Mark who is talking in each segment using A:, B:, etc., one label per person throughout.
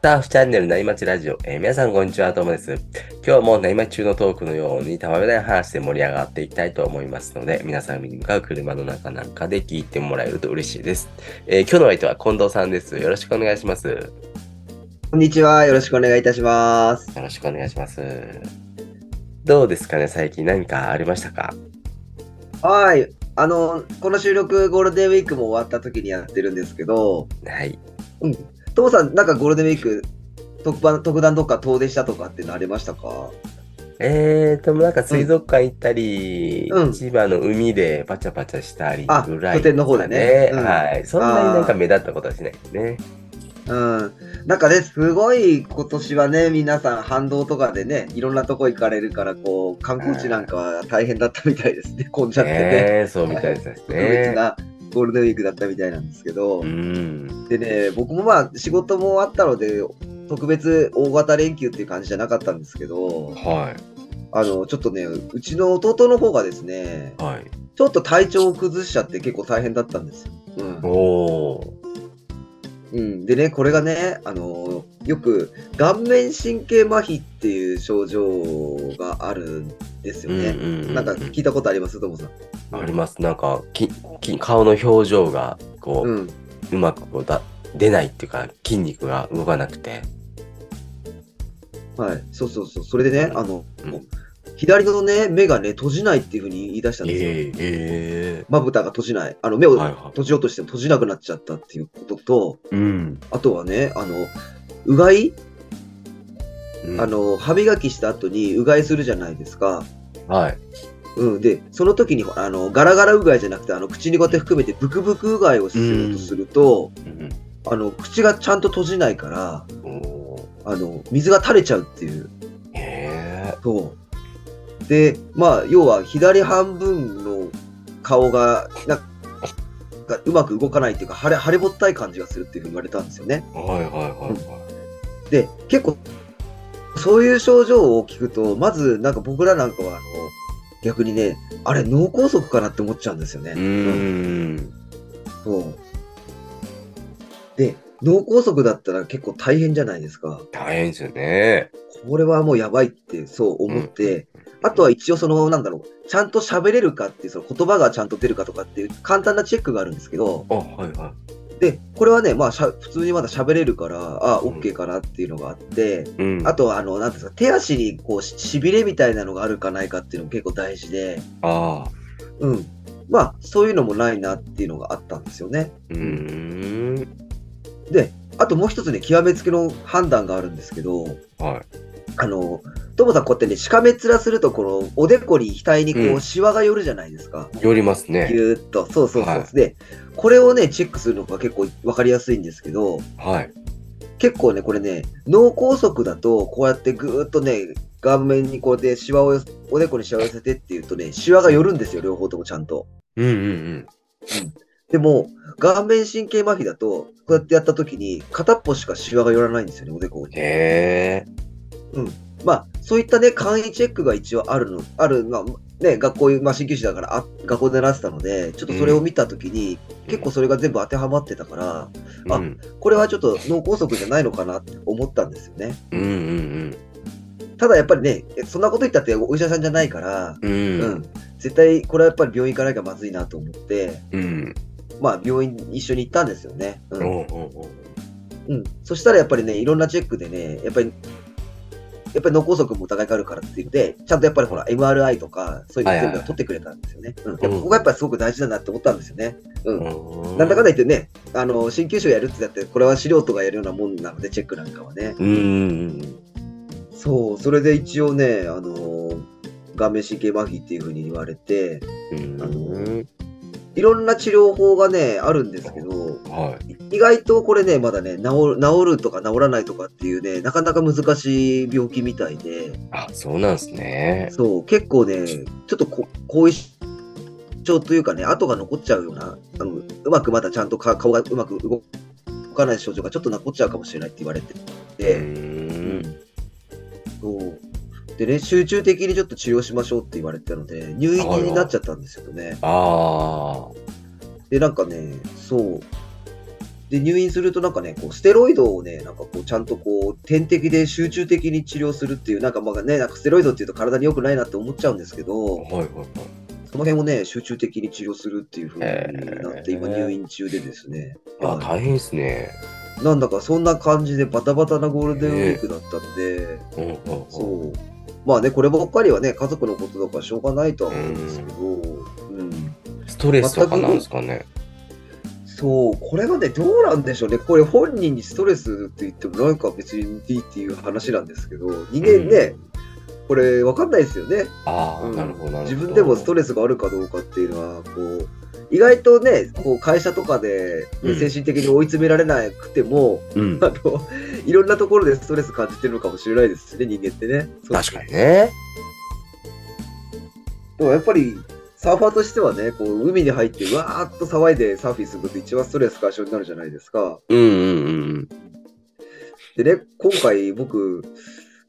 A: ターフチャンネルなにまちラジオ、えー皆さんこんにちは、ともです。今日もなにまち中のトークのように、たまめない話で盛り上がっていきたいと思いますので、皆さんに向かう車の中なんかで聞いてもらえると嬉しいです。えー今日のお相手は近藤さんです。よろしくお願いします。よ
B: こんにちは。よろしくお願いいたします。
A: ろしくお願いします。どうですかね、最近何かありましたか
B: はい。あの、この収録、ゴールデンウィークも終わった時にやってるんですけど、
A: はい。
B: トモさん、なんかゴールデンウィーク、特番、特段とか遠出したとかっていうのありましたか
A: えーと、なんか水族館行ったり、
B: うん
A: 千葉の海でパチャパチャしたり
B: あ
A: ぐらい
B: 拠点の方でねうん
A: はい。そんなになんか目立ったことはしないですね。
B: うん。なんかね、すごい今年はね、皆さん反動とかでね、いろんなとこ行かれるから、こう、観光地なんかは大変だったみたいですね。混んじゃってね。
A: ねえそうみたいです
B: 特別
A: ね。
B: なゴールデンウィークだったみたいなんですけど。
A: うん。
B: でね、僕もまあ仕事もあったので、特別大型連休っていう感じじゃなかったんですけど、
A: は
B: あの、ちょっとね、うちの弟の方がですね
A: い。、はい。
B: ちょっと体調を崩しちゃって結構大変だったんですよ。うん。
A: おー。
B: うん、でね、これがね、あの、よく顔面神経麻痺っていう症状があるんですよね。
A: ん
B: なんか聞いたことありますともさん。
A: あります。なんか、きき顔の表情が、こう、う
B: うん。
A: まくこうだ出ないっていうか、筋肉が動かなくて。
B: はい。そうそうそう。それでね、あの、
A: うん
B: 左のね、目がね、閉じないっていうふうに言い出したんですよ。
A: ええ
B: まぶたが閉じない。あの、目を
A: はいはい
B: 閉じようとしても閉じなくなっちゃったっていうことと、
A: えうん。
B: あとはね、あの、うがい、
A: うん
B: あ、の、歯磨きした後にうがいするじゃないですか。
A: はい。
B: うん。で、その時に、あの、ガラガラうがいじゃなくて、あの、口にこうやって含めてブクブクうがいをしようとすると、
A: うん
B: あの、口がちゃんと閉じないから、
A: おー
B: あの、水が垂れちゃうっていう。
A: へ
B: そう。で、まあ、要は左半分の顔が、なんか、うまく動かないっていうか、腫れ、腫れぼったい感じがするっていうふうに言われたんですよね。
A: え。はいはいはい
B: で、結構、そういう症状を聞くと、まず、なんか僕らなんかは、あの、逆にね、あれ、脳梗塞かなって思っちゃうんですよね。
A: はい。うん。
B: そう。で、脳梗塞だったら結構大変じゃないですか。
A: 大変ですよね。
B: これはもうやばいって、そう思って、あとは一応その、なんだろう、ちゃんと喋れるかっていう、その言葉がちゃんと出るかとかっていう簡単なチェックがあるんですけど、
A: あ、はいは
B: で、これはね、まあしゃ、普通にまだ喋れるから、あ、
A: うん
B: OK かなっていうのがあって、
A: い。うん。
B: あとは、あの、なんていうんですか、手足にこう、ししびれみたいなのがあるかないかっていうのも結構大事で、
A: ああ。
B: うん。まあ、そういうのもないなっていうのがあったんですよね。
A: うーん。
B: で、あともう一つね、極めつけの判断があるんですけど、
A: はい。
B: あの、ともさん、こうやってね、しかめ面すると、この、おでこに、額に、こ
A: う
B: う、シワが寄るじゃないですか。
A: 寄りますね。
B: ぎゅーっと。そうそうそう。
A: はい
B: で、これをね、チェックするのが結構わかりやすいんですけど、
A: はい。
B: 結構ね、これね、脳梗塞だと、こうやってぐーっとね、顔面にこうやってシワを寄せ、おでこにシワを寄せてっていうとね、シワが寄るんですよ、両方ともちゃんと。
A: うんうん
B: でも、顔面神経麻痺だと、こうやってやった時に、片っぽしかシワが寄らないんですよね、おで
A: う
B: こ
A: ん。
B: に。
A: へえ。
B: まあ、そういったね、簡易チェックが一応あるの、ある、まあ、ね、学校、まあ、鍼灸師だから、あ学校で習ってたので、ちょっとそれを見たときに、結構それが全部当てはまってたから、あ
A: うん、
B: これはちょっと脳梗塞じゃないのかなって思ったんですよね。
A: うんうん
B: ただやっぱりね、そんなこと言ったってお医者さんじゃないから、
A: う
B: うんん、
A: うん
B: 絶対これはやっぱり病院行かなきゃまずいなと思って、
A: うん
B: まあ病院に一緒に行ったんですよね。う。
A: おうんおうおう
B: うん、そしたらやっぱりね、いろんなチェックでね、やっぱり、やっぱり脳梗塞も疑いがあるからっていうので、ちゃんとやっぱりほら、MRI とか、そういうの全部
A: はいはいはい
B: 取ってくれたんですよね。うん。
A: ん
B: やっぱここがやっぱりすごく大事だなって思ったんですよね。うん。
A: う
B: なんだかんだ言ってね、あの、鍼灸師をやるってだって、これは素人がやるようなもんなので、チェックなんかはね。
A: うんうん
B: そう、それで一応ね、あの、顔面神経麻痺っていうふうに言われて、
A: うん
B: あの
A: うん
B: いろんな治療法がね、あるんですけど、
A: はい
B: 意外とこれね、まだね、治る治るとか治らないとかっていうね、なかなか難しい病気みたいで、
A: あそうなんですね
B: そう、結構ね、ちょっとこ後遺症というかね、跡が残っちゃうような、あのうまくまたちゃんとか顔がうまく動かない症状がちょっと残っちゃうかもしれないって言われて
A: う
B: て、
A: ん
B: そうでね、集中的にちょっと治療しましょうって言われてたので、入院になっちゃったんですよね。
A: ああ
B: で、なんかね、そう。で、入院するとなんかね、こう、ステロイドをね、なんかこう、ちゃんとこう、点滴で集中的に治療するっていう、なんかまあね、なんかステロイドっていうと体に良くないなって思っちゃうんですけど、
A: はいはいはい。
B: その辺をね、集中的に治療するっていう風になって、
A: へー
B: 今入院中でですね。
A: あ、
B: はい
A: 大変ですね。
B: なんだかそんな感じでバタバタなゴールデンウィークだったんで、
A: うんうんうん。
B: そう。まあね、こればっかりはね、家族のこととかしょうがないとは思うんですけど、うん。
A: ストレスとかなんですかね。
B: そう、これはね、どうなんでしょうね。これ本人にストレスって言ってもなんか別にいいっていう話なんですけど、人間ね、これわかんないですよね。
A: ああ、
B: うん
A: なるほどなるほど。
B: 自分でもスト
A: レ
B: レスがあるかどうかっていうのはこう意外とねこう会社とかで、ね
A: うん
B: 精神的に追い詰められなくても、
A: ス。うん。
B: あのいろんなところでストレス感じてるのかもしれないですしね人間ってね。そう
A: 確かにね。
B: でもやっぱりサーファーとしてはねこう海に入ってわーっと騒いでサーフィンすること一番ストレス解消になるじゃないですか。
A: うんうんうん
B: でね今回僕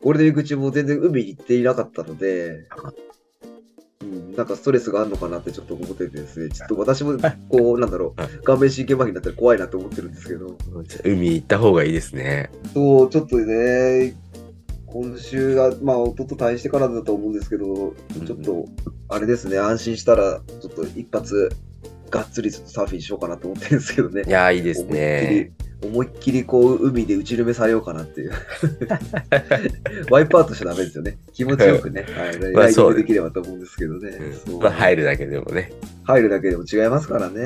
B: ゴールデンウィーク中も全然海に行っていなかったので。うんなんかストレスがあるのかなってちょっと思っててですね、ちょっと私もこう、なんだろ、
A: はいう
B: 顔面神経麻痺になったら怖いなと思ってるんですけど、
A: うん。海行った方がいいですね。
B: そう、ちょっとね、今週が、まあ、おとと退院してからだと思うんですけど、ちょっと、あれですね、安心したら、ちょっと一発、がっつりちょっとサーフィンしようかなと思ってるんですけどね
A: い。やー、いいですね。
B: 思いっきりこう海で打ち埋めされようかな っていうワイプアウトしちゃダメですよね気持ちよくね、はい、
A: まあ
B: ライティン
A: そう
B: グできればと思うんですけどね、
A: う
B: そ
A: ん
B: う
A: まあ、入るだけでもね。
B: 入るだけでも違いますから
A: う
B: ね、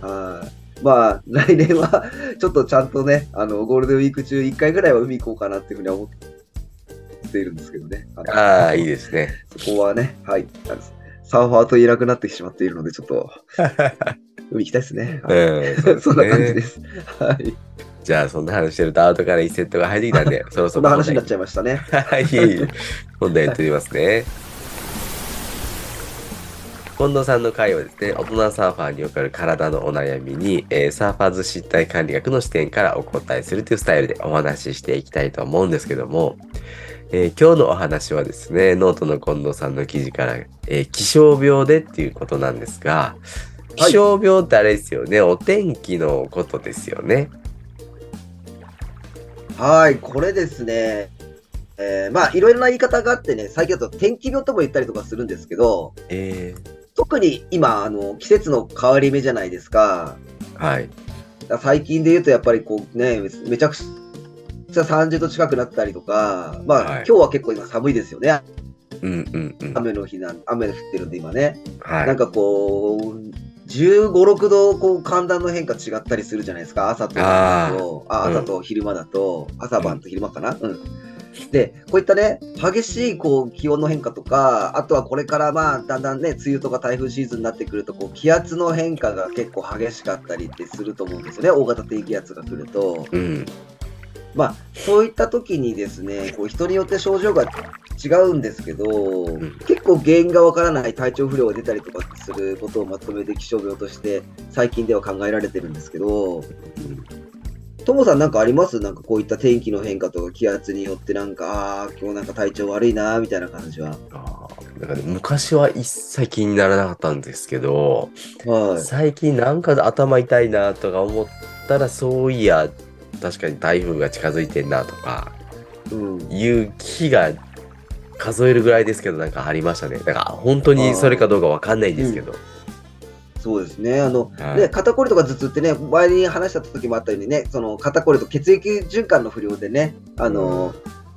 A: ん
B: はい。まあ、来年は、ちょっとちゃんとね、あの、ゴールデンウィーク中、1回ぐらいは海行こうかなっていうふうには思っているんですけどね。の
A: ああ、いいですね。
B: そこはね、はい。あのサーファーと言えなくなってしまっているので、ちょっ と、海行きたいですね。
A: う
B: はい
A: ん。そう
B: そんな感じ
A: で
B: です
A: ね。
B: す。はい。
A: じゃあ、そんな話してると、アウトから1セットが入ってきたんで、そろ
B: そ
A: そ
B: ん
A: ろ
B: な
A: 本
B: 話
A: 題
B: になっちゃいましたね。
A: はい、 本題にとりますね。近藤さんの回はですね、大人サーファーにおける体のお悩みに、えーサーファーズ身体管理学の視点からお答えするというスタイルでお話ししていきたいと思うんですけども、えー今日のお話はですね、ノートの近藤さんの記事から、えー気象病でっていうことなんですが、
B: はい
A: 気象病ってあれですよね、お天気のことですよね。
B: はい、これですね。えーまあ、いろいろな言い方があってね、最近だと天気病とも言ったりとかするんですけど、
A: え
B: 特に今、あの、季節の変わり目じゃないですか。
A: ー、はい。
B: 最近で言うとやっぱりこうねめめちゃくちゃ30度近くなったりとかま
A: は
B: あ、
A: い
B: 今日は結構今寒いですよね
A: うんうんうん。
B: 雨の日なん雨降ってるんで今ね、
A: はい。
B: なんかこう1 5六6度こう寒暖の変化違ったりするじゃないですか朝と夜だとあ
A: ーうん
B: 朝と昼間だと、朝晩と昼間かなうん、でこういったね激しいこう気温の変化とかあとはこれからまあだんだんね梅雨とか台風シーズンになってくるとこう気圧の変化が結構激しかったりってすると思うんですよね大型低気圧が来ると
A: うん。
B: まあそういった時にですねこう人によって症状が違うんですけど、
A: ん
B: 結構原因がわからない体調不良が出たりとかすることをまとめて気象病として最近では考えられてるんですけど
A: うん
B: ともさんなんかありますなんかこういった天気の変化とか気圧によってなんかああー今日なんか体調悪いなーみたいな感じは
A: あーなんかね昔は一切気にならなかったんですけど、
B: はい
A: 最近なんか頭痛いなとか思ったらそういや確かに台風が近づいてんなとか
B: うん
A: いう日が数えるぐらいですけどなんかありましたねだから本当にそれかどうかわかんないんですけど、
B: そうですねあの
A: はい
B: ね、肩こりとか頭痛ってね、前に話した時もあったようにね、その肩こりと血液循環の不良でね、あの、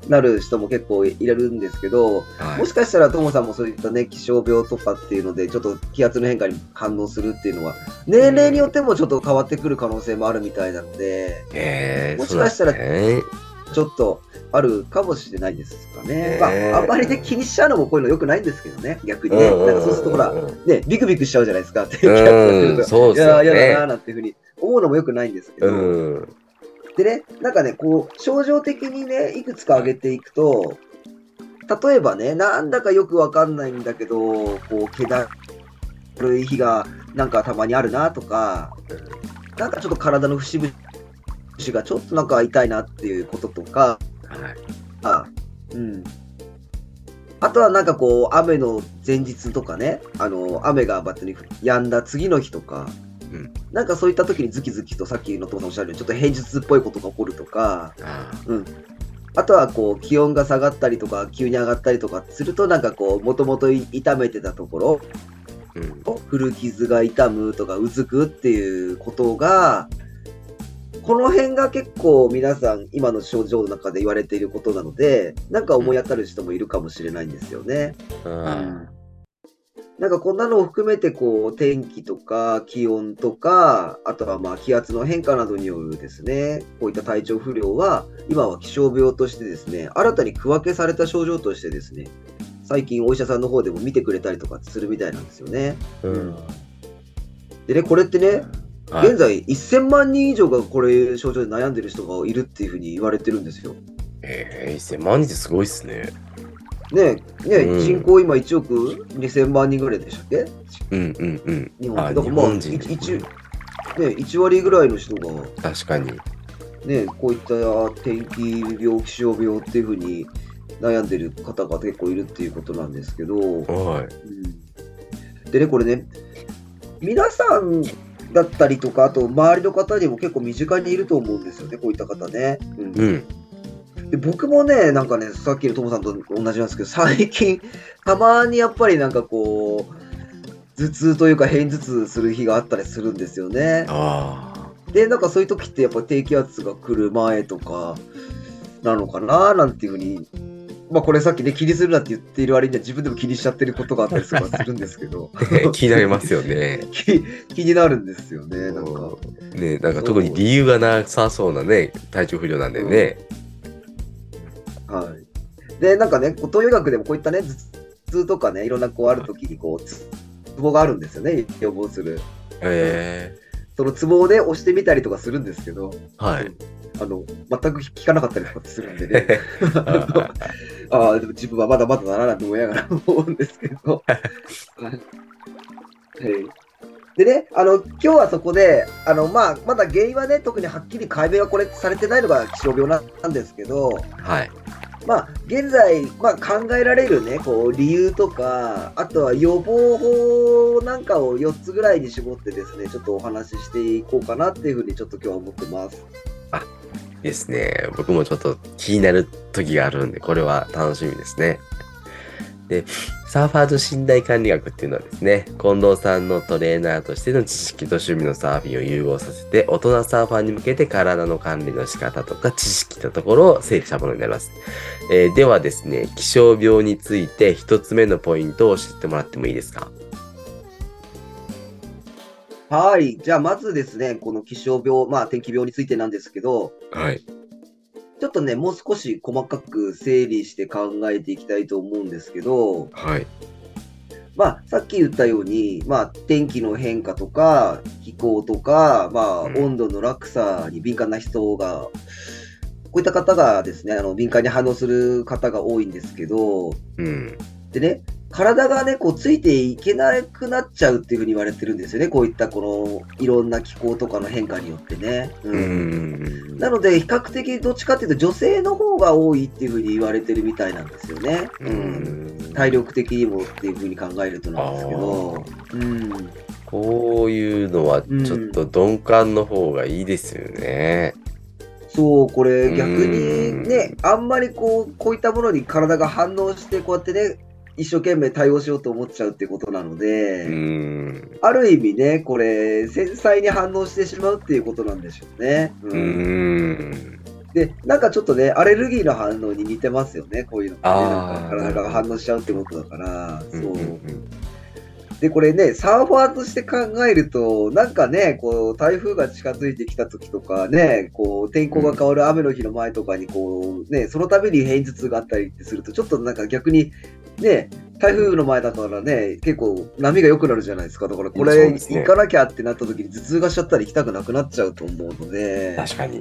B: なる人も結構いるんですけど、
A: はい
B: もしかしたらともさんもそういったね、気象病とかっていうので、ちょっと気圧の変化に反応するっていうのは、年齢によってもちょっと変わってくる可能性もあるみたいなので、
A: えー
B: もしかしたら
A: そうなんですね
B: ちょっとあるかもしれないですか
A: ね
B: ね。まあ、あんまりね、気にしちゃうのもこういうの良くないんですけどね、逆にね。なんかそうするとほら、ね、ビクビクしちゃうじゃないですか、 って気圧がする
A: う
B: と
A: ん。そう
B: い
A: です
B: や
A: よ
B: ー、嫌だなー
A: ね
B: なんていうふうに思うのも良くないんですけど、
A: うん
B: でね、なんかね、こう、症状的にね、いくつか挙げていくと、例えばね、なんだかよくわかんないんだけど、こう、気だるい日がなんかたまにあるなとか、なんかちょっと体の節々がちょっとなんか痛いなっていうこととか、
A: はい
B: あうん。あとはなんかこう、雨の前日とかね、あの、雨がバッテリー止んだ次の日とか、
A: うん
B: なんかそういった時にズキズキとさっきのともさんおっしゃるようにちょっと平日っぽいことが起こるとか、
A: あ
B: うん、あとはこう気温が下がったりとか急に上がったりとかするとなんかこうもともと痛めてたところ
A: ーうん
B: 古傷が痛むとかうずくっていうことがこの辺が結構皆さん今の症状の中で言われていることなのでなんか思い当たる人もいるかもしれないんですよね。
A: うん
B: なんかこんなのを含めてこう天気とか気温とかあとはまあ気圧の変化などによるですねこういった体調不良は今は気象病としてですね新たに区分けされた症状としてですね最近お医者さんの方でも見てくれたりとかするみたいなんですよね。
A: うん
B: でねこれってね
A: はい
B: 現在1000万人以上がこれ症状で悩んでる人がいるっていうふうに言われてるんですよ。
A: えー、1000万人ってすごいっすね。
B: ねね、
A: うん
B: 人口今1億2000万人ぐらいでしたっけ
A: うんうんうん。
B: 日本
A: あ
B: だからまあ
A: 日本人
B: 1, ね、1割ぐらいの人が、
A: 確かに。
B: ね、こういった天気病気象病っていうふうに悩んでる方が結構いるっていうことなんですけど、
A: はい。
B: うんでねこれね皆さんだったりとかあと周りの方にも結構身近にいると思うんですよねこういった方ね。うん
A: うん。
B: で僕もね、なんかね、さっきのともさんと同じなんですけど、 最近、たまにやっぱりなんかこう、頭痛というか、偏頭痛する日があったりするんですよね。
A: あ
B: で、なんかそういう時って、やっぱ低気圧が来る前とか、なのかななんていうふうに、まあこれさっきね、気にするなって言っている割には、自分でも気にしちゃってることがあったりとかするんですけど、
A: あ。 気になりますよね。
B: 気 気になるんですよね、なんか。
A: ねなんか特に理由がなさそうなね、体調不良なんでね。
B: はい。で、なんかね、こう東洋医学でもこういったね、頭痛とかね、いろんなこうあるときにこう、つツボがあるんですよね、予防する。
A: え
B: そのツボをね、押してみたりとかするんですけど、
A: ー、はい。
B: あの、全く効かなかったりとかするんで ね、
A: あ
B: ああ、でも自分はまだまだならないと思いながら 思うんですけど。はいでね、あの今日はそこで、あのまあ、まだ原因はね、特にはっきり解明はこれされてないのが気象病なんですけど、
A: はい。
B: まあ、現在、まあ、考えられるね、こう、理由とか、あとは予防法なんかを4つぐらいに絞ってですね、ちょっとお話ししていこうかなっていうふうに、ちょっと今日は思ってます。
A: ですね。僕もちょっと気になる時があるんで、これは楽しみですね。で、サーファーズ信頼管理学っていうのはですね、近藤さんのトレーナーとしての知識と趣味のサーフィンを融合させて、大人サーファーに向けて体の管理の仕方とか知識のところを整理したものになります。えーではですね、気象病について一つ目のポイントを教えてもらってもいいですか
B: はい。じゃあ、まずですね、この気象病、まあ、天気病についてなんですけど、
A: はい。
B: ちょっとね、もう少し細かく整理して考えていきたいと思うんですけど、
A: はい。
B: まあ、さっき言ったように、まあ、天気の変化とか、気候とか、まあ、
A: うん
B: 温度の落差に敏感な人が、こういった方がですね、あの敏感に反応する方が多いんですけど、
A: うん。
B: でね、体がね、こう、ついていけなくなっちゃうっていうふうに言われてるんですよね、こういったこの、いろんな気候とかの変化によってね。
A: う
B: うん
A: ん。
B: なので、比較的どっちかっていうと、女性の方が多いっていうふうに言われてるみたいなんですよね。うん体力的にもっていうふうに考えるとなんですけど、うん、
A: こういうのはちょっと鈍感の方がいいですよね。
B: そうこれ逆にね
A: う
B: あんまりこうこういったものに体が反応してこうやってね一生懸命対応しようと思っちゃうってことなので、
A: うん。
B: ある意味ねこれ繊細に反応してしまうっていうことなんでしょうね。う
A: うんん。
B: でなんかちょっとねアレルギーの反応に似てますよねこういうのってね
A: あー
B: なんか体が反応しちゃうってことだから。そううん
A: うん
B: で、これね、サーファーとして考えると、なんかね、こう、台風が近づいてきた時とかね、こう、天候が変わる雨の日の前とかに、こう、ね、その度に偏頭痛があったりってすると、ちょっとなんか逆に、ね、台風の前だからね、結構波が良くなるじゃないですか。だからこ
A: そう
B: れ、
A: ですね
B: 行かなきゃってなった時に頭痛がしちゃったり行きたくなくなっちゃうと思うので、
A: 確かに。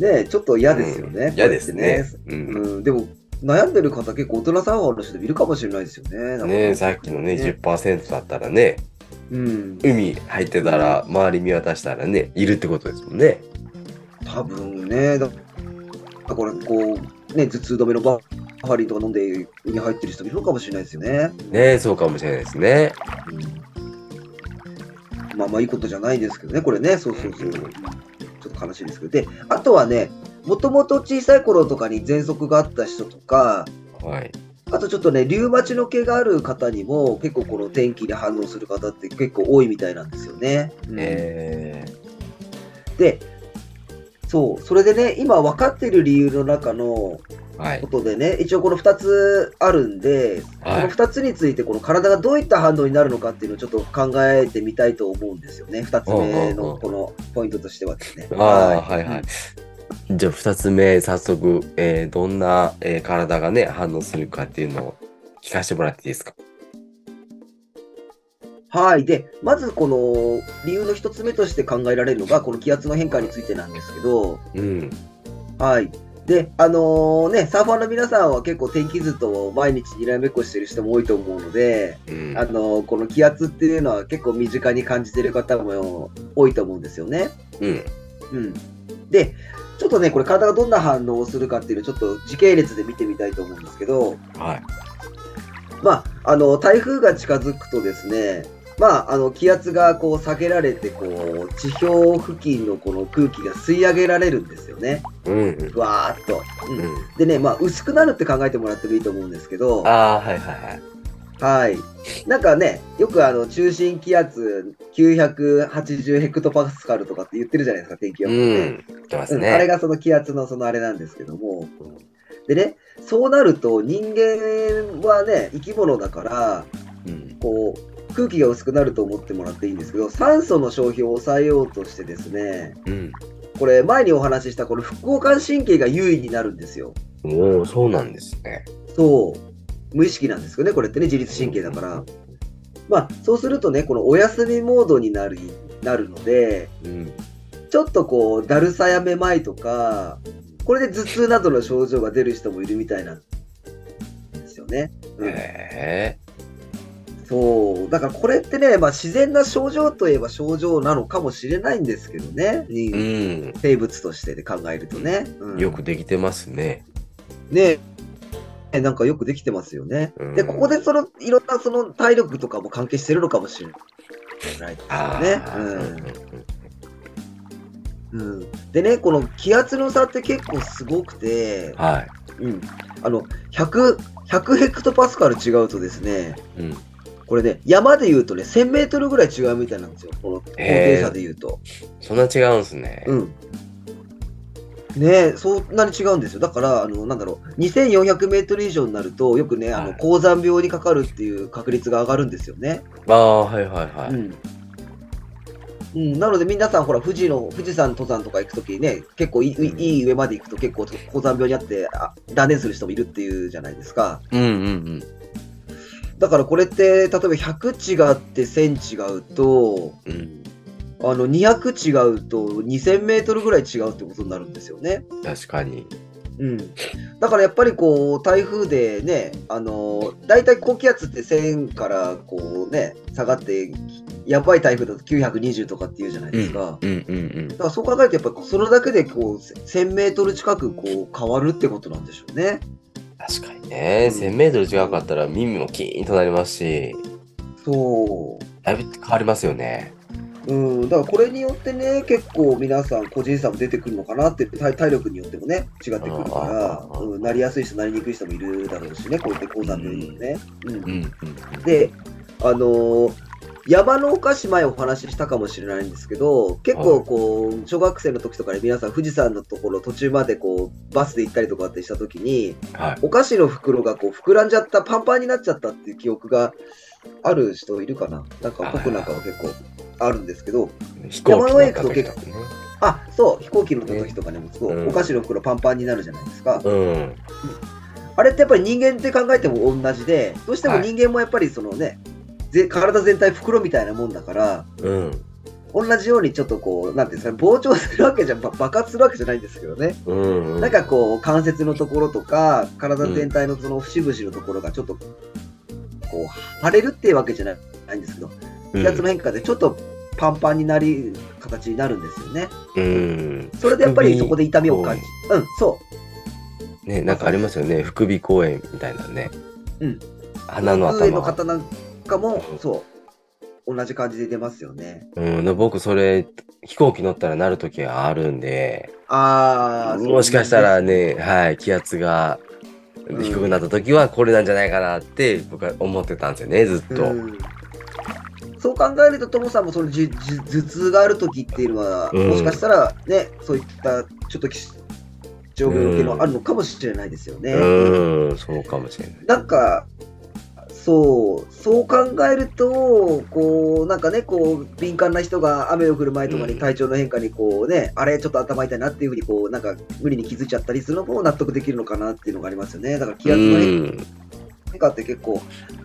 B: ね、ちょっと嫌ですよね。
A: うん嫌です
B: こうや
A: ね
B: って。
A: うん
B: うん、でも、悩んでる方結構大人サーファーの人もいるかもしれないですよね。なんか
A: ねさっきのね、
B: ね
A: 10%だったらね、
B: うん。
A: 海入ってたら、周り見渡したらね、いるってことですもんね。
B: 多分ね、だだからこう、ね、頭痛止めのバファリンとか飲んで海に入ってる人もいるのかもしれないですよね。
A: ねそうかもしれないですね。
B: うん。うまあまあいいことじゃないですけどね、これね、そうそうそう。ちょっと悲しいですけど。で、あとはね、もともと小さい頃とかに喘息があった人とか、
A: はい。
B: あとちょっとね、リウマチの毛がある方にも、結構この天気に反応する方って結構多いみたいなんですよね。うん
A: えー
B: で、そう、それでね、今分かってる理由の中の
A: はい
B: こ。とでね、一応この2つあるんで、
A: は
B: この
A: い。
B: 2つについて、この体がどういった反応になるのかっていうのをちょっと考えてみたいと思うんですよね。2つ目
A: うんうんう
B: の
A: ん
B: このポイントとしてはですね。
A: ああ、はいはい。じゃあ、二つ目、早速、えーどんな、えー体がね、反応するかっていうのを聞かせてもらっていいですか。
B: はい。で、まずこの理由の1つ目として考えられるのが、この気圧の変化についてなんですけど、
A: うん。
B: はい。で、あのね、サーファーの皆さんは結構天気図と毎日にらめっこしてる人も多いと思うので、
A: うん。
B: あのこの気圧っていうのは結構身近に感じてる方も多いと思うんですよね。
A: うん。
B: うん、でちょっとねこれ体がどんな反応をするかっていうのをちょっと時系列で見てみたいと思うんですけど、
A: はい。
B: まあ、あの台風が近づくとですね、まあ、あの気圧がこう下げられてこう地表付近のこの空気が吸い上げられるんですよね
A: うんうん。
B: わーっと。う
A: うんん。
B: でね、まあ、薄くなるって考えてもらってもいいと思うんですけど。
A: ああー、はいはいはい。
B: はい。なんかね、よくあの中心気圧980ヘクトパスカルとかって言ってるじゃないですか、天気予報で、
A: うん。言ってます
B: うん
A: ね。
B: あれがその気圧のそのあれなんですけども
A: うん。
B: でね、そうなると人間はね、生き物だから、
A: うん。
B: こう、空気が薄くなると思ってもらっていいんですけど、酸素の消費を抑えようとしてですね、
A: うん。
B: これ前にお話ししたこの副交感神経が優位になるんですよ。
A: おお、そうなんですね。
B: そう。無意識なんですよね、これってね、自律神経だから。まあ、そうするとね、このお休みモードになるなるので、
A: うん。
B: ちょっとこう、だるさやめまいとか、これで頭痛などの症状が出る人もいるみたいなんですよね。うん
A: へえ。
B: そう。だからこれってね、まあ、自然な症状といえば症状なのかもしれないんですけどね、
A: うん。
B: 生物としてで考えるとね。うん
A: よくできてますね。
B: ねえなんかよくできてますよね。
A: うん
B: で、ここでそのいろんなその体力とかも関係してるのかもしれないですよ
A: ああ。
B: ね。うんうん、でね、この気圧の差って結構すごくて、
A: は
B: うん、あの100、100ヘクトパスカル違うとですね、
A: い。うん。
B: これね、山で言うとね、1000メートルぐらい違うみたいなんですよ、この高
A: へー
B: 低差で言うと。
A: そんな違うんですね。
B: うん。ねえそんなに違うんですよ。だから、あの、なんだろう、2400メートル以上になると、よくね、あ
A: は
B: の、
A: い
B: 高山病にかかるっていう確率が上がるんですよね。
A: ああ、はいはいはい。
B: うん。うん、なので皆さんほら富士の富士山登山とか行くときね結構いい,、
A: うん
B: いい上まで行くと結構高山病にあってあ断念する人もいるっていうじゃないですか
A: うんうん
B: だからこれって例えば100違って1000違うと
A: うん。うん。
B: あの200違うと2000メートルぐらい違うってことになるんですよね。
A: 確かに。
B: うん、だからやっぱりこう台風でね、あの大体高気圧って1000からこうね下がってやばい台風だと920とかっていうじゃないですか。
A: うんうんうん
B: だ。からそう考えるとやっぱりそれだけでこう1000メートル近くこう変わるってことなんでしょうね。
A: 確かにね。
B: うん
A: 1000メートル違かったら耳もキーンとなりますし、
B: そう。
A: だいぶ変わりますよね。
B: うん、だからこれによってね、結構皆さん、個人差も出てくるのかなって、体体力によってもね、違ってくるか
A: あ
B: ら、
A: ー
B: うん、なりやすい人、なりにくい人もいるだろうしね、こういった高山病にもね。うん
A: うんうん。
B: で、あのー山のお菓子前お話ししたかもしれないんですけど、結構こう、小学生の時とかに皆さん、富士山のところ途中までこう、バスで行ったりとかってした時に、
A: はい。
B: お菓子の袋がこう膨らんじゃった、パンパンになっちゃったっていう記憶がある人いるかななんか僕なんかは結構あるんですけど、
A: 飛行機乗った時とかね。
B: あ、そう、飛行機の時とかでもそう、
A: うん
B: お菓子の袋パンパンになるじゃないですか。
A: うん。
B: あれってやっぱり人間って考えても同じで、どうしても
A: はい
B: 人間もやっぱりそのね、ぜ体全体袋みたいなもんだから、
A: うん。
B: 同じようにちょっとこう、なんていうんですかね、膨張するわけじゃ、ば爆発するわけじゃないんですけどね。
A: うんうん。
B: なんかこう、関節のところとか、体全体のその節々のところがちょっと、こう、腫れるっていうわけじゃないないんですけど、
A: うん、
B: 気圧の変化でちょっとパンパンになり、形になるんですよね。
A: うん。
B: それでやっぱりそこで痛みを感じ、うん、そう。
A: ね、なんかありますよね。副鼻公園みたいなね。
B: うん。
A: 鼻の
B: 上の
A: 頭。
B: 方なんかも、そう。同じ感じで出ますよね。
A: うん、で僕それ飛行機乗ったらなる時があるんで
B: ああ、
A: もしかしたらね、はい、気圧が
B: うん
A: 低くなった時はこれなんじゃないかなって僕は思ってたんですよねずっと。
B: うんそう考えると、ともさんもそのじじ頭痛がある時っていうのは、
A: うん
B: もしかしたらね、そういったちょっとき状況っていうのはあるのかもしれないですよね。
A: うん、そうかもしれない。
B: なんか、そう、そう考えると、こう、なんかね、こう、敏感な人が雨の降る前とか
A: う
B: に
A: ん
B: 体調の変化に、こうね、あれ、ちょっと頭痛いなっていうふうに、こう、なんか、無理に気づいちゃったりするのも納得できるのかなっていうのがありますよね。だから気圧の変
A: うん
B: 化って結構、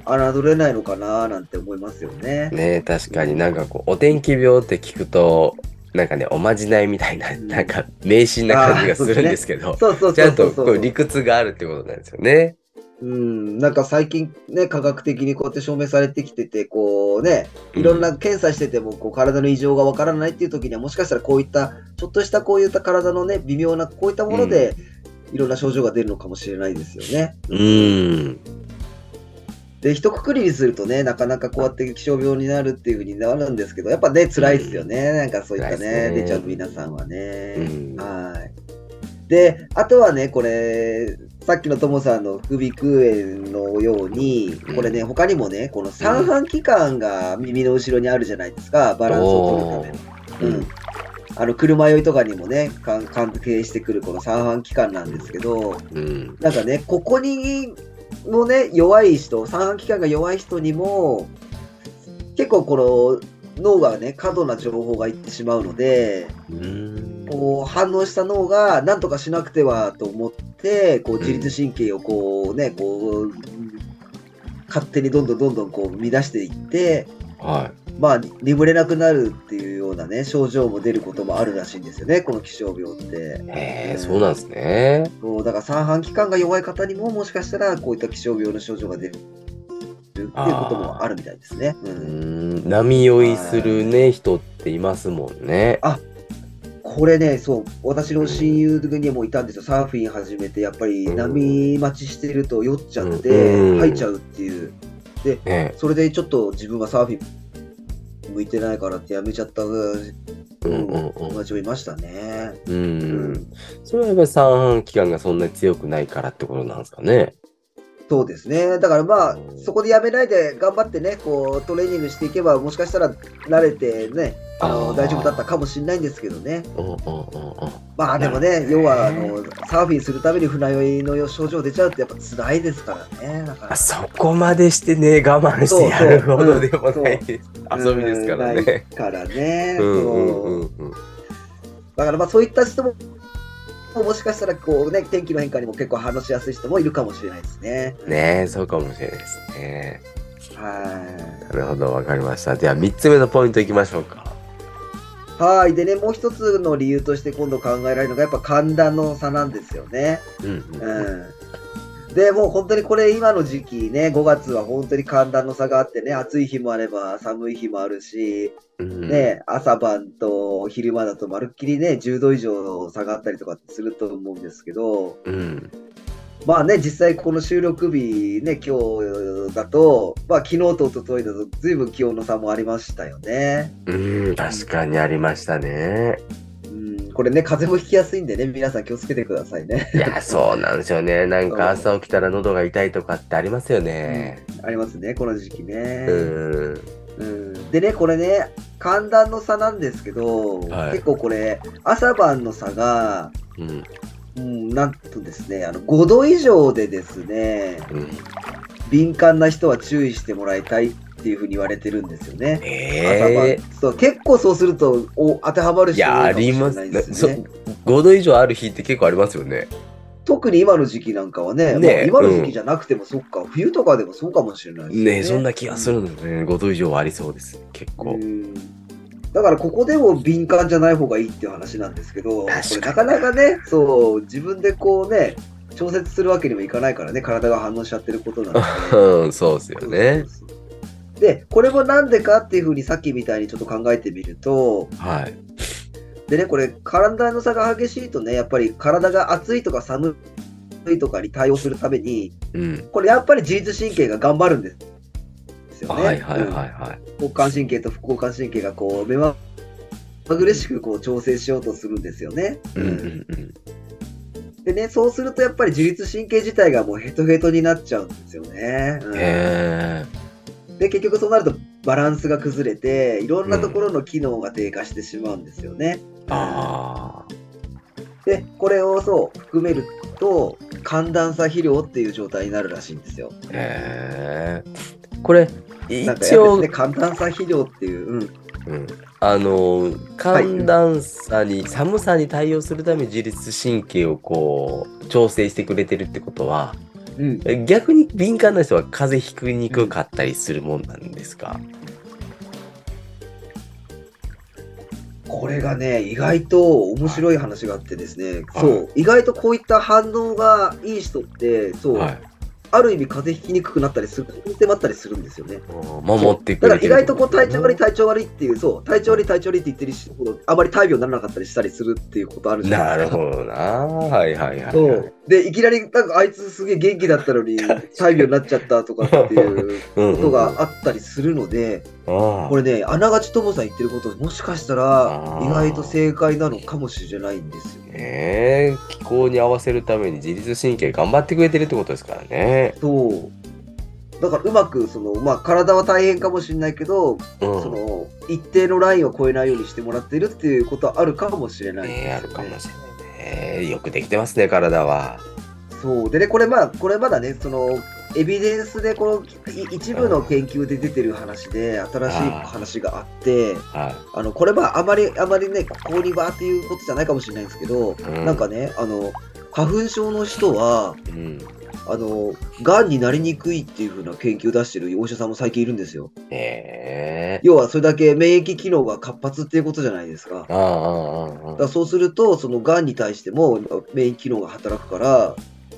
B: 侮れないのかななんて思いますよね。
A: ね確かになんかこうお天気病って聞くとなんかねおまじないみたいな、
B: うん
A: なんか迷信な感じがするんですけど
B: そうそう
A: ち
B: そ
A: ゃ
B: うんそ
A: と
B: うそ
A: こ
B: う
A: う理屈があるってことなんですよね。
B: うん、なんか最近ね、科学的にこうやって証明されてきてて、こうね、いろんな検査しててもこう体の異常がわからないっていう時にはもしかしたらこういったちょっとしたこういった体のね微妙なこういったものでいろんな症状が出るのかもしれないですよね。
A: うん、
B: で一括りにするとねなかなかこうやって気象病になるっていうふうになるんですけどやっぱね辛いですよね、なんかそういっ
A: 辛
B: た
A: いで
B: ね
A: すね
B: 出ちゃう皆さんはね。
A: うん
B: はい。で、あとはね、これ、さっきのともさんの副鼻腔炎のように、これね、他にもね、この三半規管が耳の後ろにあるじゃないですか、バランスを取るため
A: う
B: の。うんん、あの車酔いとかにもね関関係してくるこの三半規管なんですけど
A: うん
B: なんかねここにもね弱い人三半規管が弱い人にも結構この脳がね過度な情報がいってしまうので
A: うん
B: こう反応した脳が何とかしなくてはと思ってこう自律神経をこうねこう勝手にどんどんどんどんこう乱していって
A: は
B: まあ、眠れなくなるっていうようなね、症状も出ることもあるらしいんですよね、この気象病って
A: い。。へえそうなんですね。
B: そうだから三半規管が弱い方にも、もしかしたらこういった気象病の症状が出るっていうこともあるみたいですね。う、
A: うんん波酔いするね人っていますもんね。
B: これね、そう、私の親友にもいたんですよ、サーフィン始めて、やっぱり波待ちしてると酔っちゃって
A: う、ん
B: 吐いちゃうっていう、
A: ね
B: それでちょっと自分はサーフィン向いてないからってやめちゃった、うん、
A: うんうん
B: 友達もいましたね。
A: うんうんそれはやっぱり三半規管がそんなに強くないからってことなんですかね。
B: そうですね。だからまあ
A: う、ん
B: そこでやめないで頑張ってね、こう、トレーニングしていけば、もしかしたら慣れてね、あの、
A: あー
B: 大丈夫だったかもしれないんですけどね。
A: うんうんうんうん
B: まあでも
A: な
B: ね、
A: るほどね
B: 要は、あの、サーフィンするために船酔いの症状出ちゃうってやっぱ辛いですからね。だから
A: あ。そこまでしてね我慢してやるほどでもないです遊びですから
B: うんない
A: ね。
B: からね。
A: うん
B: そ
A: うんう
B: うん
A: うん
B: だからまあそういった人も、もしかしたらこうね、天気の変化にも結構話しやすい人もいるかもしれないですね。
A: ねえそうかもしれないですね。
B: はい。
A: なるほどわかりました。では3つ目のポイントいきましょうか。
B: はい。でね、もう一つの理由として今度考えられるのが、やっぱ寒暖の差なんですよね。
A: うんうん
B: うん。で、もう本当にこれ今の時期ね、5月は本当に寒暖の差があってね、暑い日もあれば寒い日もあるし、
A: うん
B: ね、朝晩と昼間だとまるっきりね、10度以上下がったりとかすると思うんですけど、
A: うん
B: まあね、実際この収録日ね、今日だと、まあ昨日と一昨日だと随分気温の差もありましたよね。
A: うん確かにありましたね。
B: うん、これね、風邪もひきやすいんでね、皆さん気をつけてくださいね。
A: いやそうなんですよ ね。なんか朝起きたら喉が痛いとかってありますよね。
B: ありますね、この時期ね。
A: うん
B: うんでね、これね、寒暖の差なんですけど、
A: はい
B: 結構これ、朝晩の差が、
A: うん
B: うん、なんとですね、あの5度以上でですね、
A: うん
B: 敏感な人は注意してもらいたいっていうふうに言われてるんですよね。
A: ええ
B: 朝晩そう結構そうするとお当てはまる
A: い
B: 人
A: や
B: 多
A: あ
B: いかもし
A: り
B: れ
A: ま
B: な
A: すね。
B: いです
A: そ
B: よね。
A: 5度以上ある日って結構ありますよね。
B: 特に今の時期なんかはね、
A: ね
B: まあ今の時期じゃなくてもそっか、冬とかでもそうかもしれないですよ
A: ねそんな気がするのね。5度以上はありそうです。結構。
B: うんだからここでも敏感じゃない方がいいっていう話なんですけど、こ
A: 確か
B: れ
A: に
B: なかなかね、そう、自分でこうね、調節するわけにもいかないからね、体が反応しちゃってること なんで。
A: うん、そうですよね。
B: そうそうそうで、これもなんでかっていうふうにさっきみたいにちょっと考えてみると、
A: はい。
B: でね、これ、体の差が激しいとね、やっぱり体が暑いとか寒いとかに対応するために、
A: うん。
B: これやっぱり自律神経が頑張るんですですよね。
A: はいはいはい
B: うん
A: はい。
B: 交感神経と副交感神経がこう目まぐるしくこう調整しようとするんですよね。
A: うんうんうん。
B: でね、そうするとやっぱり自律神経自体がもうヘトヘトになっちゃうんですよね。うん
A: へえ。
B: で、結局そうなるとバランスが崩れて、いろんなところの機能が低下してしまうんですよね。
A: あ
B: で、これをそう含めると、寒暖差疲労っていう状態になるらしいんですよ。
A: あ。へえ。これ、
B: なんか
A: 一
B: やっぱ
A: 応、
B: ね、寒暖差疲労っていう、うん、
A: うんあの寒暖差に、寒さに対応するため自律神経をこう調整してくれてるってことは
B: うん、
A: え逆に敏感な人は風邪ひきにくかったりするもんなんですか、
B: これがね、意外と面白い話があってです
A: は
B: ね、
A: い
B: そう、意外とこういった反応がいい人って、そう、
A: はい、
B: ある意味風邪ひきにくくなったりする、困ってあったりするんですよね。
A: 守ってくれ
B: だから
A: て
B: 意
A: る
B: 外とこう体調悪い、
A: い
B: 体調悪いっていう、そう、体調悪い、体調悪いって言ってる人ほど、あまり大病にならなかったりしたりするっていうことあるじゃな
A: ない
B: で
A: る
B: すか。
A: ほどなはいはいはい
B: そうでいきなり、なんかあいつすげえ元気だったのに、大病になっちゃったとかっていう
A: うん
B: ことがあったりするので、
A: あ
B: これね、あながちともさん言ってること、もしかしたら
A: あー
B: 意外と正解なのかもしれないんですよ。
A: えー、気候に合わせるために自律神経頑張ってくれてるってことですからね、
B: そう。だからうまくその、まあ、体は大変かもしれないけど、
A: うん、
B: その一定のラインを超えないようにしてもらっているっていうことはあるかもしれないですよ
A: ね
B: ね
A: あるかもしれないねよくできてますね体は
B: そうでねこれまあこれまだねそのエビデンスでこのい一部の研究で出てる話で新しい話があって
A: はい
B: あのこれまああまりあまりねここにバーっていうことじゃないかもしれないんですけど、
A: うん
B: なんかねあの花粉症の人は
A: うん、
B: あの癌になりにくいっていう風な研究出してるお医者さんも最近いるんですよ。
A: ええ
B: 要はそれだけ免疫機能が活発っていうことじゃないですか。
A: ああああ
B: だか
A: あ
B: らそうすると、そのがんに対しても免疫機能が働くから、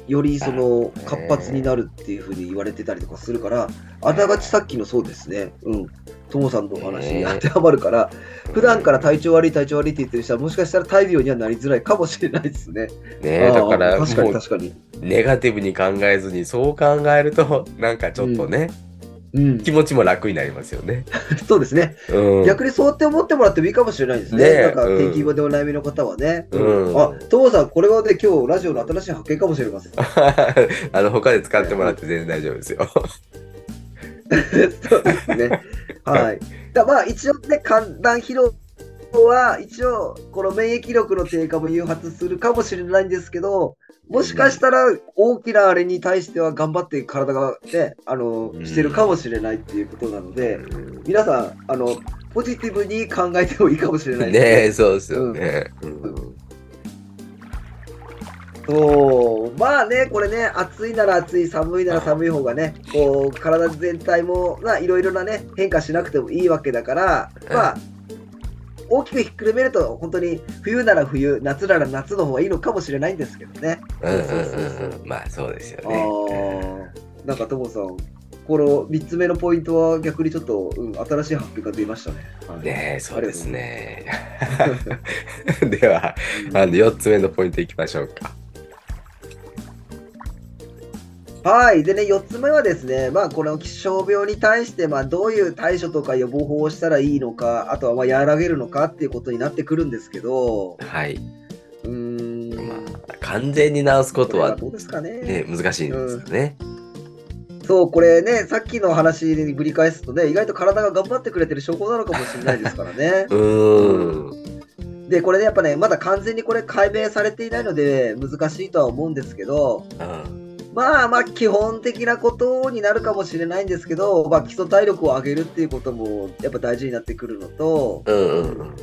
B: よりその
A: あ
B: 活発になるっていうふうに言われてたりとかするから、あながちさっきのそうですね、うん、ともさんのお話に
A: えー
B: 当てはまるから、
A: あ
B: 普段から体調悪い、体調悪いって言ってる人は、もしかしたら大病にはなりづらいかもしれないですね。
A: ね
B: あー
A: だから
B: 確か
A: もう
B: に確かに。
A: ネガティブに考えずにそう考えるとなんかちょっとね、
B: うん
A: 気、持ちも楽になりますよね。
B: そうですね、
A: うん、
B: 逆にそうって思ってもらってもいいかもしれないですね。
A: ねえ
B: なんか、
A: うん
B: 天気後でお悩みの方はね。
A: うん
B: あ、ともさん、これはね、今日ラジオの新しい発見かもしれません。
A: あの他で使ってもらって全然大丈夫ですよ。
B: そうですね。はい。だまあ一応ね、寒暖疲労は一応この免疫力の低下も誘発するかもしれないんですけど、もしかしたら大きなあれに対しては頑張って体がね、あの
A: うん
B: してるかもしれないっていうことなので、
A: うん
B: 皆さんあのポジティブに考えてもいいかもしれない
A: ね
B: ですね。
A: えそうですよね。うん
B: そうまあね、これね、暑いなら暑い、寒いなら寒い方がね、こう体全体もまあいろいろなね、変化しなくてもいいわけだから、まあ、大きくひっくるめると、本当に冬なら冬、夏なら夏の方がいいのかもしれないんですけどね。
A: うんうんうんうんまあそうですよ
B: あ
A: ね。
B: ーなんかともさん、この3つ目のポイントは逆にちょっと、うん、新しい発見が出ましたね。はい
A: ねえそうですね。 では
B: うん
A: あの4つ目のポイントいきましょうか。
B: はい。でね、4つ目はですね、まあ、この気象病に対して、まあ、どういう対処とか予防法をしたらいいのか、あとは、まあ、和らげるのかっていうことになってくるんですけど、
A: はい。
B: うーん。
A: まあ完全に治すこと
B: れ
A: は
B: どうですかね。
A: ね難しいんですかね。。
B: そう、これね、さっきの話にぶり返すとね、意外と体が頑張ってくれてる証拠なのかもしれないですからね
A: うーん。
B: で、これね、やっぱね、まだ完全にこれ解明されていないので、難しいとは思うんですけど、
A: うん
B: まあまあ基本的なことになるかもしれないんですけど、まあ、基礎体力を上げるっていうこともやっぱ大事になってくるのと、
A: うんうんうん。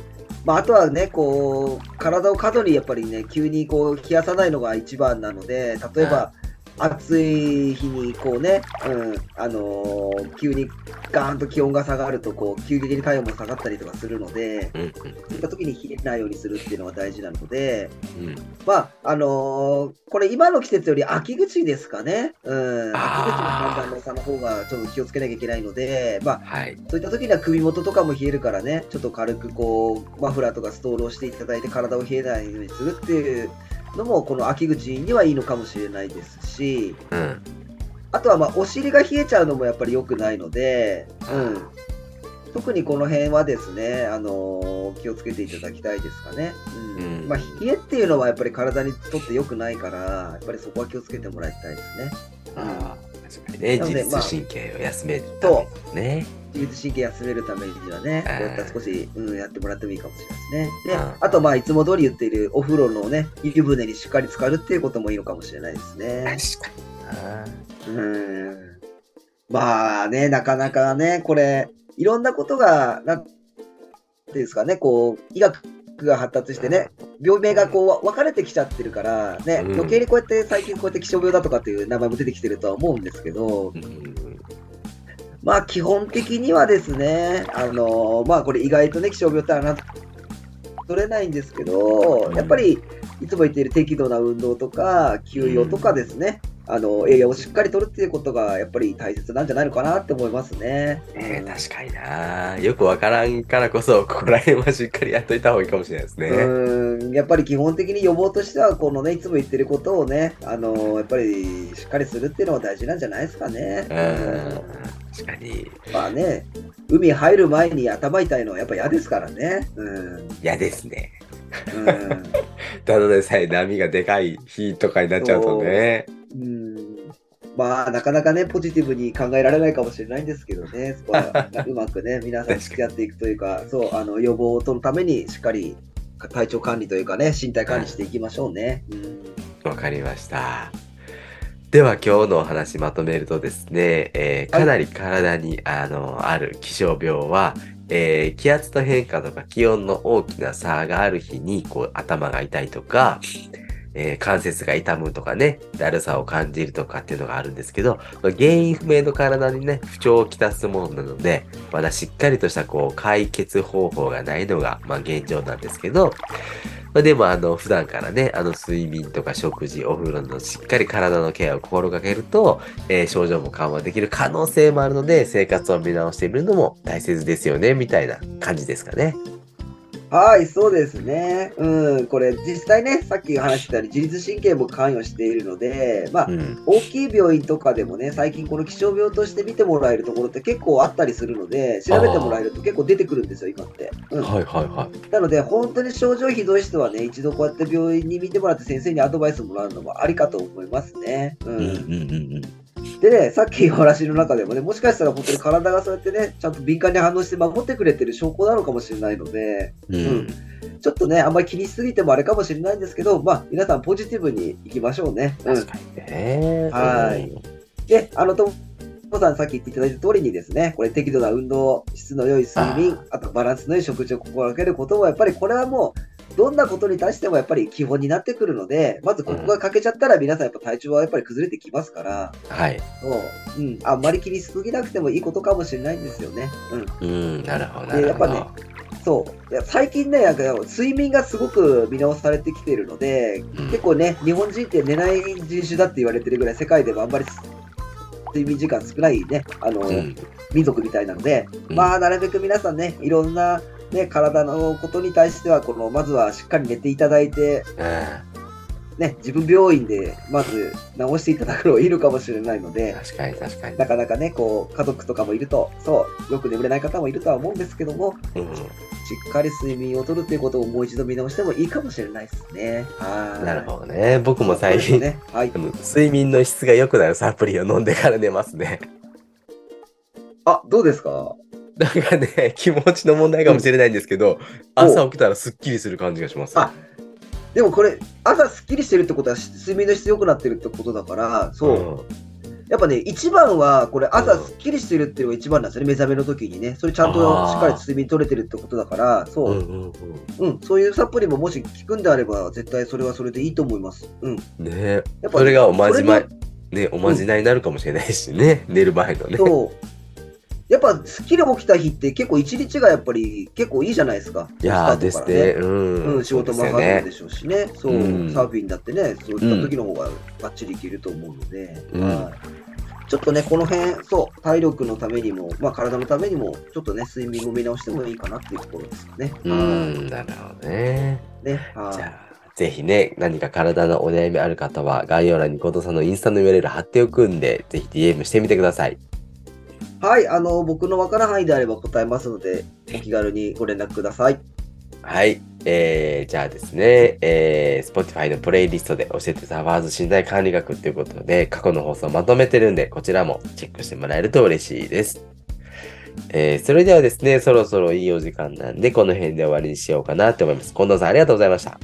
B: まあ、あとはねこう体を過度にやっぱりね急にこう冷やさないのが一番なので例えば暑い日にこうね、うんあのー急にガーンと気温が下がるとこう急激に体温も下がったりとかするので
A: うん
B: そういった時に冷えないようにするっていうのが大事なので。
A: うんうん。
B: まああのーこれ今の季節より秋口ですかね、うん、秋口の
A: あー
B: 寒暖の差の方がちょっと気をつけなきゃいけないので、まあ、
A: はい。
B: そういった時には首元とかも冷えるからね、ちょっと軽くこうマフラーとかストールをしていただいて、体を冷えないようにするっていうのも、この秋口にはいいのかもしれないですし、
A: うん。
B: あとはまあお尻が冷えちゃうのもやっぱり良くないので、うん、特にこの辺はですね、あのー気をつけていただきたいですかね。うん
A: うん
B: まあ、冷えっていうのはやっぱり体にとって良くないから、やっぱりそこは気をつけてもらいたいですね。
A: あー確かにね、
B: なの
A: 自
B: でまあ
A: 律神経を休めるためにね。
B: 自律神経休めるためにはね、
A: うん
B: こういった少し、うん、やってもらってもいいかもしれないですね。で、
A: うん
B: あとまあいつも通り言っているお風呂のね、湯船にしっかり浸かるっていうこともいいのかもしれないですね。
A: 確かにな。
B: うんまあね、なかなかね、これ、いろんなことが、なんていうんですかね、こう、医学が発達してね、病名がこう分かれてきちゃってるから、ね、
A: うん
B: 余計にこうやって最近こうやって気象病だとかっていう名前も出てきてるとは思うんですけど、
A: うん
B: まあ基本的にはですね、あのまあこれ意外とね、気象病ってあな取れないんですけど、やっぱりいつも言っている適度な運動とか、休養とかですね、あの栄養をしっかりとるっていうことがやっぱり大切なんじゃないのかなって思いますね。
A: ねえ確かにな。よくわからんからこそ、ここら辺はしっかりやっといた方がいいかもしれないですね。
B: うんやっぱり基本的に予防としては、このね、いつも言ってることをね、あのやっぱりしっかりするっていうのは大事なんじゃないですかね。
A: うん。確かに。
B: まあね、海入る前に頭痛いのはやっぱ嫌ですからね。うん
A: 嫌ですね。
B: うん
A: ただでさえ波がでかい日とかになっちゃうとね。
B: うんまあなかなかねポジティブに考えられないかもしれないんですけどねそこはう まくね皆さん付き合っていくというかそうあの予防とのためにしっかり体調管理というかね身体管理していきましょうね。うん
A: わかりました。では今日のお話まとめるとですね、えー
B: はい
A: かなり体に、あのある気象病は、えー気圧の変化とか気温の大きな差がある日にこう頭が痛いとか、えー関節が痛むとかねだるさを感じるとかっていうのがあるんですけど原因不明の体にね不調をきたすものなのでまだしっかりとしたこう解決方法がないのが、まあ、現状なんですけどまあ、でも、あの、普段からね、あの、睡眠とか食事、お風呂のしっかり体のケアを心がけると、えー症状も緩和できる可能性もあるので、生活を見直してみるのも大切ですよね、みたいな感じですかね。
B: はい、そうですね。うん、これ実際ね、さっき話したように自律神経も関与しているので、まあ、
A: うん。
B: 大きい病院とかでもね、最近この気象病として見てもらえるところって結構あったりするので、調べてもらえると結構出てくるんですよ、今って。うん、
A: はいはいはい。
B: なので、本当に症状ひどい人はね、一度こうやって病院に見てもらって先生にアドバイスもらうのもありかと思いますね。う
A: うんうん
B: ん、
A: うんうん。
B: でね、さっきお話の中でもね、もしかしたら本当に体がそうやってね、ちゃんと敏感に反応して守ってくれてる証拠なのかもしれないので、
A: うん、
B: ちょっとね、あんまり気にしすぎてもあれかもしれないんですけど、まあ、皆さんポジティブにいきましょうね。うん
A: 確かにね。
B: はいで、あの、ともさんさっき言っていただいた通りにですね、これ適度な運動、質の良い睡眠、あとバランスの良い食事を心がけることも、やっぱりこれはもう、どんなことに対してもやっぱり基本になってくるので、まずここが欠けちゃったら皆さんやっぱ体調はやっぱり崩れてきますから、
A: はい。
B: そう、うん、あんまり気にしすぎなくてもいいことかもしれないんですよね。うん。
A: うん、なるほど、な
B: で
A: る
B: やっ
A: ほ
B: ぱ
A: ど。
B: ねそう。いや最近ね、なんか睡眠がすごく見直されてきているので、
A: うん
B: 結構ね、日本人って寝ない人種だって言われてるぐらい、世界でもあんまり睡眠時間少ないね、あの、
A: うん
B: 民族みたいなので、
A: うん
B: まあなるべく皆さんねいろんな、ね、体のことに対してはこのまずはしっかり寝ていただいて、
A: う
B: ね、自分病院でまず治していただくのがいいのかもしれないの
A: ん
B: で
A: 確かに確かに。
B: なかなかねこう家族とかもいるとそうよく眠れない方もいるとは思うんですけども
A: うん
B: しっかり睡眠をとるっていうことをもう一度見直してもいいかもしれないですね。はい
A: なるほどね。僕も最
B: そう
A: 近、
B: ですね、はい
A: あ、の 睡眠の質が良くなるサプリを飲んでから寝ますね。
B: あどうですか
A: なんかね、 気持ちの問題かもしれないんですけど、朝起きたらすっきりする感じがします。
B: あでもこれ朝すっきりしてるってことはし睡眠の質良くなってるってことだからそう、やっぱね、一番は、これ、朝すっきりしてるっていうのが一番なんですよね、目覚めの時にね。それちゃんと
A: あー
B: しっかり睡眠取れてるってことだから、
A: うん。
B: そ
A: うん
B: う、
A: うん
B: うん、そういうサプリももし効くんであれば、絶対それはそれでいいと思います。うん。
A: うん。ねえ
B: やっぱ
A: それがおまじまい
B: そ、
A: ね、おまじないになるかもしれないしね、寝る前のね。
B: そう。やっぱ、すっきり起きた日って結構一日がやっぱり結構いいじゃないですか。
A: いやー
B: ス
A: で
B: タ
A: すね。
B: ートから
A: うん。
B: うん、仕事も上
A: そう
B: が
A: ですよね
B: るでしょうしね。そう、
A: うん
B: サーフィンだってね、そういった時の方がバッチリいけると思うので、
A: うん
B: はいちょっとね、この辺、そう、体力のためにも、まあ体のためにも、ちょっとね、睡眠も見直してもいいかなっていうところですかね。
A: う
B: は
A: ん、なるほどね。
B: いね、はい
A: じゃあ、ぜひね、何か体のお悩みある方は、概要欄に後藤さんのインスタの URL 貼っておくんで、ぜひ DM してみてください。
B: はい、あの、僕のわからん範囲であれば答えますので、お気軽にご連絡ください。
A: はい。えー、じゃあですね、えー、Spotify のプレイリストで教えてサーバーズ身体管理学ということで、過去の放送をまとめてるんで、こちらもチェックしてもらえると嬉しいです。えー、それではですね、そろそろいいお時間なんで、この辺で終わりにしようかなと思います。近藤さん、ありがとうございました。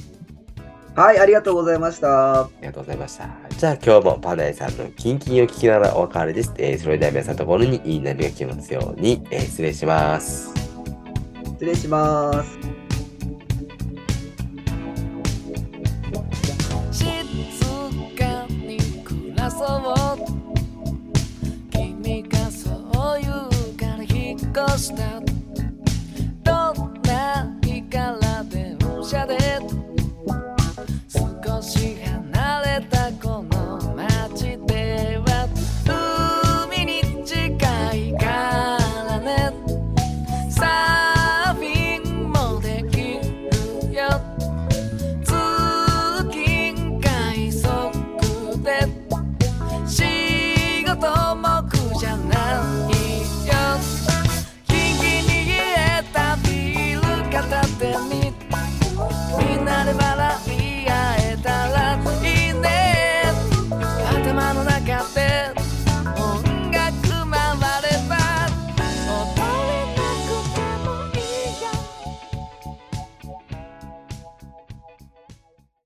A: あ
B: はい、ありがとうございました。
A: りがとうございました。じゃあ今日もパナエさんのキンキンを聞きながらお別れです。えー、それでは皆さんのところにいい波が来ますように、えー失礼します。
B: 失礼します。
C: 静かに暮らそう君がそう言うから引っ越した